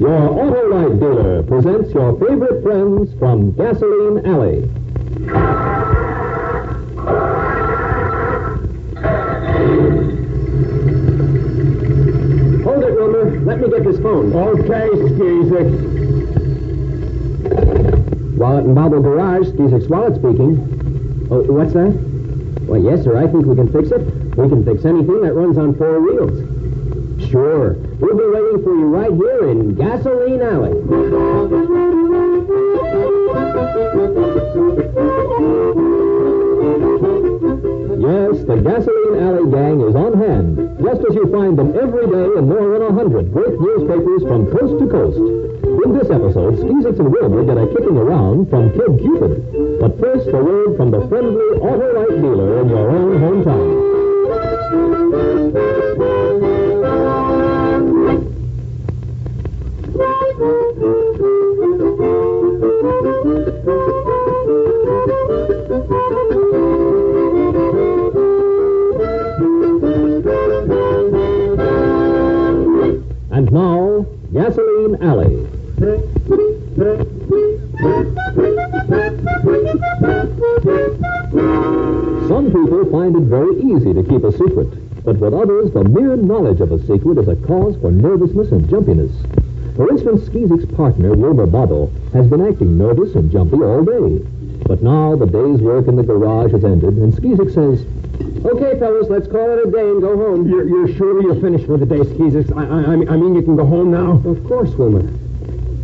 Your Autolite dealer presents your favorite friends from Gasoline Alley. Hold it, Wilmer. Let me get this phone. Okay, Skeezix. Wallet and Bobble Garage, Skeezix Wallet speaking. Oh, what's that? Why, yes, sir, I think we can fix it. We can fix anything that runs on four wheels. Sure. We'll be waiting for you right here in Gasoline Alley. Yes, the Gasoline Alley gang is on hand, just as you find them every day in more than a hundred great newspapers from coast to coast. In this episode, Skeezix and Wilmer get a kicking around from Kid Cupid. But first, a word from the friendly Autolite dealer in your own hometown. And now, Gasoline Alley. Some people find it very easy to keep a secret, but with others, the mere knowledge of a secret is a cause for nervousness and jumpiness. For instance, Skeezik's partner, Wilbur Bottle, has been acting nervous and jumpy all day. But now the day's work in the garage has ended, and Skeezik says, Okay, fellas, let's call it a day and go home. You're, you're sure you're finished for the day, Skeezix? I, I, I mean- I mean, you can go home now? Of course, Wilmer.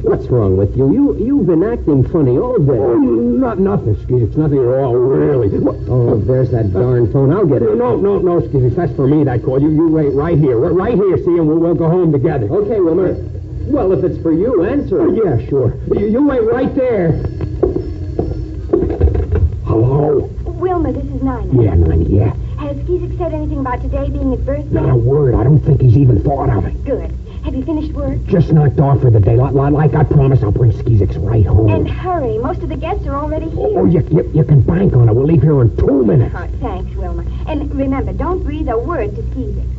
What's wrong with you? You you've been acting funny all day. Oh, not nothing, Skeezix. Nothing at all, really. What? Oh, there's that darn phone. I'll get it. No, no, no, Skeezix. That's for me, that call. You, you wait right here. We're Right here, see, and we'll, we'll go home together. Okay, Wilmer. Well, if it's for you, answer. Oh, yeah, sure. You, you wait right there. Hello? Wilma, this is Nina. Yeah, Nine, yeah. Has Skeezick said anything about today being his birthday? Not a word. I don't think he's even thought of it. Good. Have you finished work? Just knocked off for the day. Like, like- like I promised, I'll bring Skeezix right home. And hurry. Most of the guests are already here. Oh, you, you, you can bank on it. We'll leave here in two minutes. Oh, thanks, Wilma. And remember, don't breathe a word to Skeezick.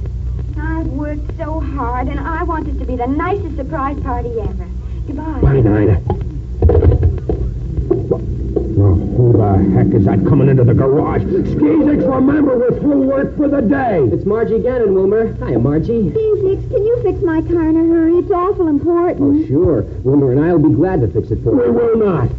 I've worked so hard, and I want this to be the nicest surprise party ever. Goodbye. Bye, Nina. What- Now, who the heck is that coming into the garage? Skeezix, remember, we're through work for the day. It's Margie Gannon, Wilmer. Hiya, Margie. Phoenix, can you fix my car in a hurry? It's awful important. Oh, sure. Wilmer and I'll be glad to fix it for We you. will not.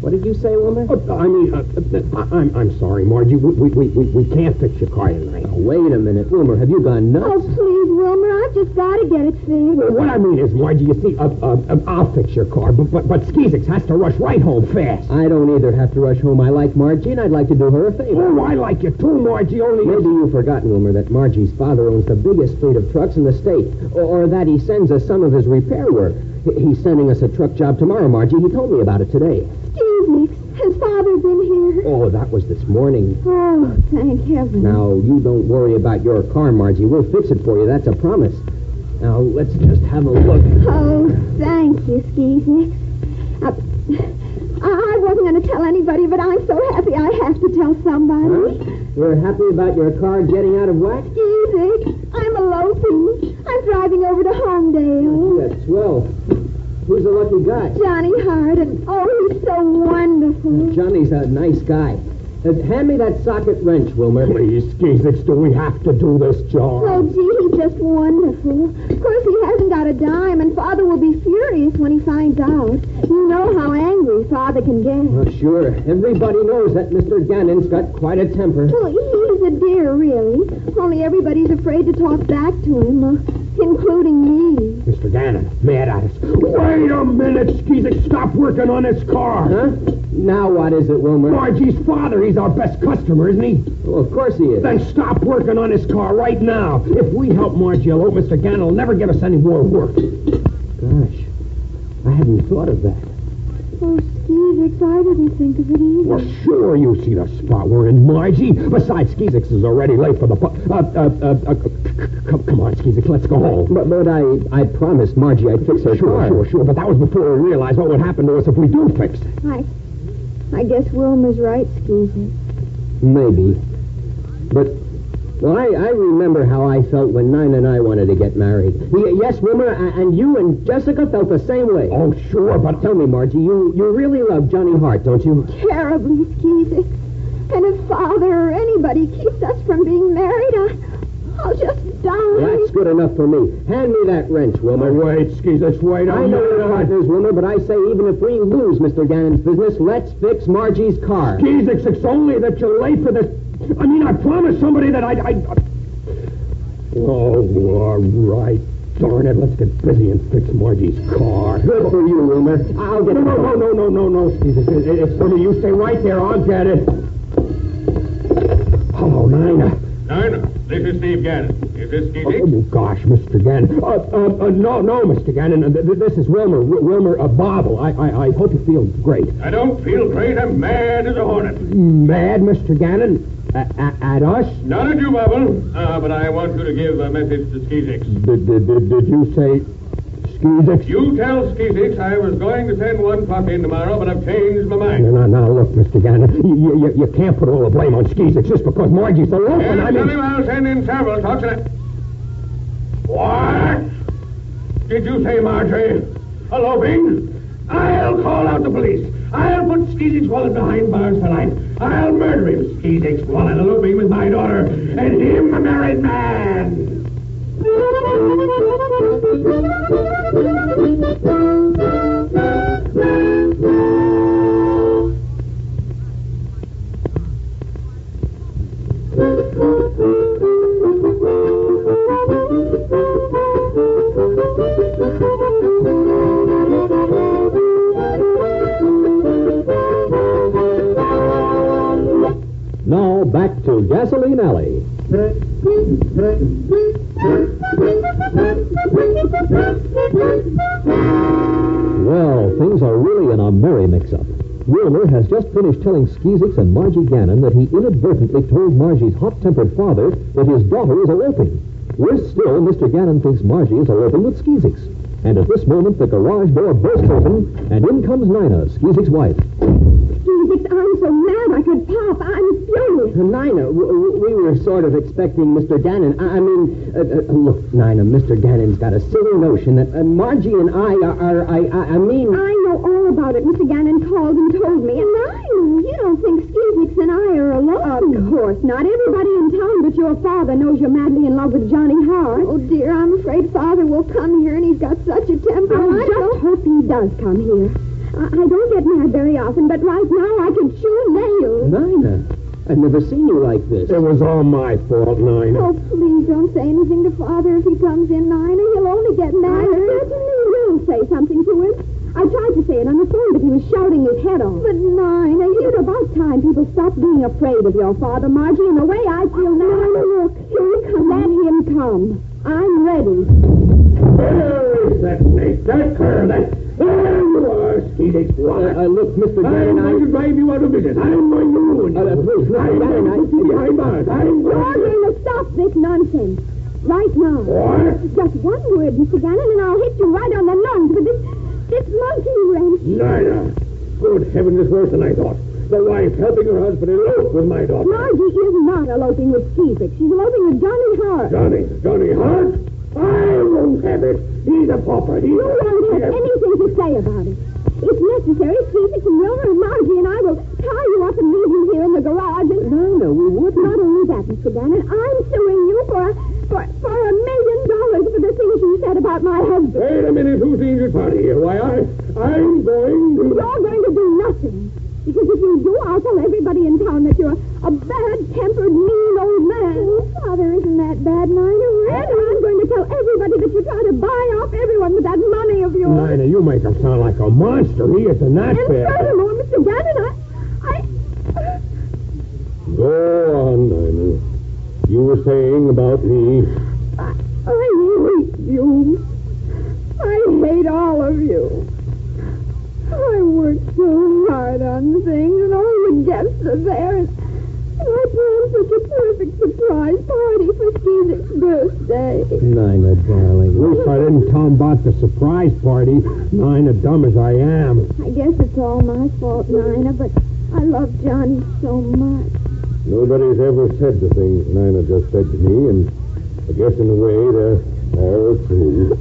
What did you say, Wilmer? Oh, I mean, uh, uh, I, I'm, I'm sorry, Margie. We, we, we, we- we can't fix your car tonight. Oh, Wait a minute, Wilmer. Have you gone Oh, nuts? please, Wilmer, I've just got to get it Well, fixed. what I mean is, Margie, you see, uh, uh, uh, I'll fix your car, but, but, but Skeezix has to rush right home fast. I don't either have to rush home. I like Margie, and I'd like to do her a favor. Oh, I like you too, Margie, only... Maybe you've forgotten, Wilmer, that Margie's father owns the biggest fleet of trucks in the state, or, or that he sends us some of his repair work. He- He's sending us a truck job tomorrow, Margie. He told me about it today. Phoenix, has Father been here? Oh, that was this morning. Oh, thank heaven. Now, you don't worry about your car, Margie. We'll fix it for you. That's a promise. Now, let's just have a look. Oh, thank you, Skeezy. I, I I wasn't going to tell anybody, but I'm so happy I have to tell somebody. You're happy about your car getting out of whack? Skeezy, I'm eloping. I'm driving over to Homedale. That's swell. Who's the lucky guy? Johnny Hart, and oh, he's so wonderful. Johnny's a nice guy. Uh, hand me that socket wrench, Wilmer. Please, Skeezix, do we have to do this job? Oh, gee, he's just wonderful. Of course, he hasn't got a dime, and Father will be furious when he finds out. You know how angry Father can get. Oh, sure. Everybody knows that Mr. Gannon's got quite a temper. Well, he's a dear, really. Only everybody's afraid to talk back to him, uh, including me. Mr. Gannon, mad at us. Wait a minute, Skeezix. Stop working on this car. Huh? Now what is it, Wilmer? Margie's father, he's our best customer, isn't he? Well, of course he is. Then stop working on his car right now. If we help Margie elope, Mr. Gannon will never give us any more work. Gosh, I hadn't thought of that. Oh, Skeezix, I didn't think of it either. Well, sure, you see the spot we're in, Margie. Besides, Skeezix is already late for the... Bu- uh, uh, uh, uh, c- c- c- come on, Skeezix, let's go home. But, but I, I promised Margie I'd fix her Sure, car. sure, sure, but that was before we realized what would happen to us if we do fix it. I, I guess Wilmer's right, Skeezix. Maybe. But Well, I, I remember how I felt when Nine and I wanted to get married. Y- yes, Wilmer, a- and you and Jessica felt the same way. Oh, sure, but Tell me, Margie, you, you really love Johnny Hart, don't you? Terribly skeezing. And if Father or anybody keeps us from being married, I, I'll just die. That's good enough for me. Hand me that wrench, Wilmer. wait, Skeezix, wait. I know we're partners, Wilmer, but I say even if we lose Mr. Gannon's business, let's fix Margie's car. Skeezix, it's only that you're late for this. I mean, I promised somebody that I'd. I'd... Oh, all right. Darn it, let's get busy and fix Margie's car. Good for you, Wilmer. No, I'll get no, no, no, no, no, no, Skeezix. It- it- It's funny. You stay right there. I'll get it. Hello, Nina. Nina, this is Steve Gannon. Is this Steve? Oh, oh, gosh, Mr. Gannon. Uh, uh, uh, no, no, Mr. Gannon. Uh, th- th- this is Wilmer. W- Wilmer uh, Bobble. I, I, I hope you feel great. I don't feel great. I'm mad as a hornet. Mad, Mr. Gannon? A- a- at us? Not at you, Bobble. Uh, but I want you to give a message to Skeezix. Did, did, did, did you say Skeezix? You tell Skeezix I was going to send one pup in tomorrow, but I've changed my No, mind. no, no, look, Mr. Gannon, you, you, you- you can't put all the blame on Skeezix just because Margie's the local. And I tell him mean, I'll send in several talks and I... What? Did you say, Marjorie? A loping? I'll call out the police. I'll put Skeezix Wallet behind bars for life. I'll murder him, Skeezix Wallet, eloping with my daughter, and him a married man. Now back to Gasoline Alley. Well, things are really in a merry mix-up. Wilmer has just finished telling Skeezix and Margie Gannon that he inadvertently told Margie's hot-tempered father that his daughter is eloping. Worse still, Mr. Gannon thinks Margie is eloping with Skeezix. And at this moment, the garage door bursts open, and in comes Nina, Skeezix's wife. Skeezix, I'm so mad I could pop. I'm furious. Nina, w- w- we were sort of expecting Mr. Gannon. I, I mean, uh, uh, look, Nina, Mr. Gannon's got a silly notion that uh, Margie and I are, are I, I, I mean... I know all about it. Mr. Gannon called and told me. And I you don't think Skeezix and I are alone. Of course not. Everybody in town but your father knows you're madly in love with Johnny Hart. Oh, dear, I'm afraid father will come here, and he's got such a temper. I, just hope he does come here. I, I don't get mad very often, but right now I could chew nails. Nina, I've never seen you like this. it was all my fault, Nina. Oh, please don't say anything to Father if he comes in, Nina. He'll only get mad. I certainly will say something to him. I tried to say it on the phone, but he was shouting his head off. But, Nina, it's about time people stop being afraid of your father, Margie, and the way I feel now. Nina, look. Here he comes. Let him come. I'm ready. There is that snake, that cur, that... There you are, Skeezix Wallet. Uh, look, Mr. I'm Gannon, I... going to drive you out of business. I'm going to ruin you. Uh, please, Mr. I'm Gannon, going to I... put you behind bars. I'm going to... Nina, stop this nonsense. Right now. What? Just one word, Mr. Gannon, and I'll hit you right on the nose with this, this monkey wrench. Nina. Good heavens, it's worse than I thought. The wife helping her husband elope with my daughter. Margie is not eloping with Skeezix. She's eloping with Johnny Hart. Johnny, Johnny Hart? I won't have it. He's a pauper. He's You won't have anything to say about it. If necessary, Skeezix and Wilmer and Margie and I will tie you up and leave you here in the garage. And Nina, we wouldn't... not only that, Mr. Gannon, I'm suing you for a, for, for a million dollars for the things you said about my husband. Wait a minute, who's the injured party here? Why, I... I'm going You're to... going to do nothing. Because if you do, I'll tell everybody in town that you're a bad-tempered, mean old man. Oh, Father, isn't that bad, Nina? And I'm going to tell everybody that you tried to buy off everyone with that money of yours. Nina, you make him sound like a monster. He is a And nutbag. furthermore, Mr. Gannon, I, I, Go on, Nina. You were saying about me. I hate you. I hate all of you. I worked so hard on things, and all the guests are there, and, and I planned such a perfect surprise party for Skeezik's birthday. Nina, darling. At least I didn't tell him about the surprise party. Nina, dumb as I am. I guess it's all my fault, Nina, but I love Johnny so much. Nobody's ever said the things Nina just said to me, and I guess in a way uh, they're all true.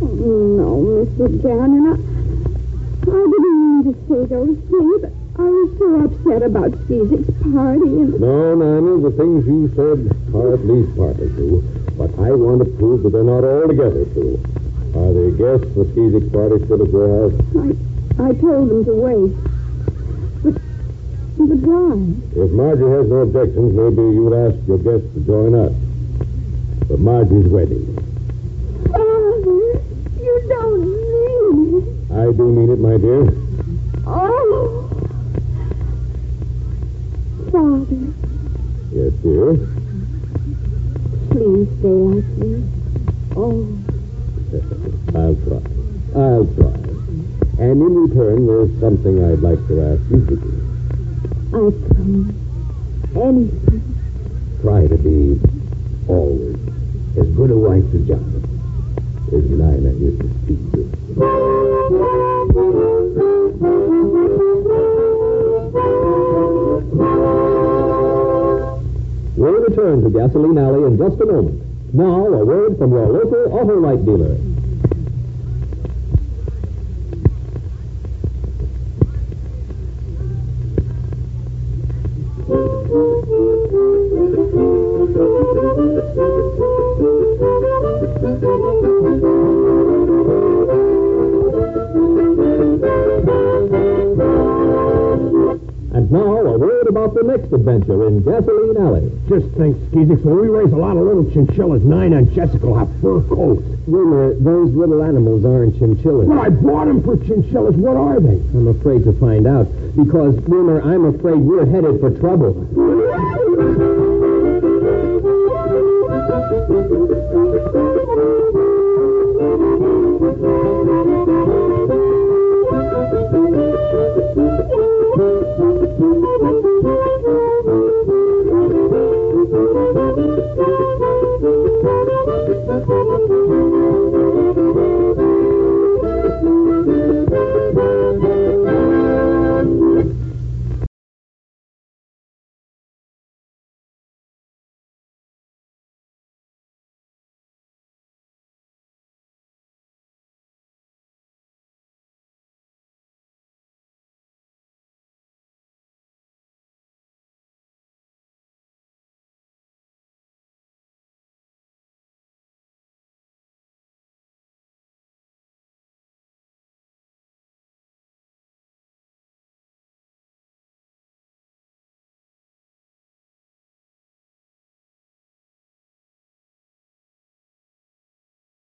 No, Mr. Gannon, I, I didn't mean to say those things, but I was so upset about Caesar's party and... No, Nina, the things you said are at least partly true, but I want to prove that they're not altogether true. Are they guests the Skeezic's party stood at your house? I, I told them to wait. But, but why? If Margie has no objections, maybe you'd ask your guests to join us. But Margie's wedding. Father, Oh, you don't mean it. I do mean it, my dear. Oh! Father, Yes, dear. please stay like this. Oh, I'll try. I'll try. And in return, there's something I'd like to ask you to do. I promise. Anything. Try to be always as good a wife to John as Lila is to Caesar. We'll return to Gasoline Alley in just a moment. Now, a word from your local auto light dealer. And now, a word about the next adventure in Gasoline Alley. Just think, Skeezix, when we raise a lot of little chinchillas, Nina and Jessica will have fur coats. Wait a minute. Those little animals aren't chinchillas. Well, I bought them for chinchillas. What are they? I'm afraid to find out. Because, Wilmer, I'm afraid we're headed for trouble.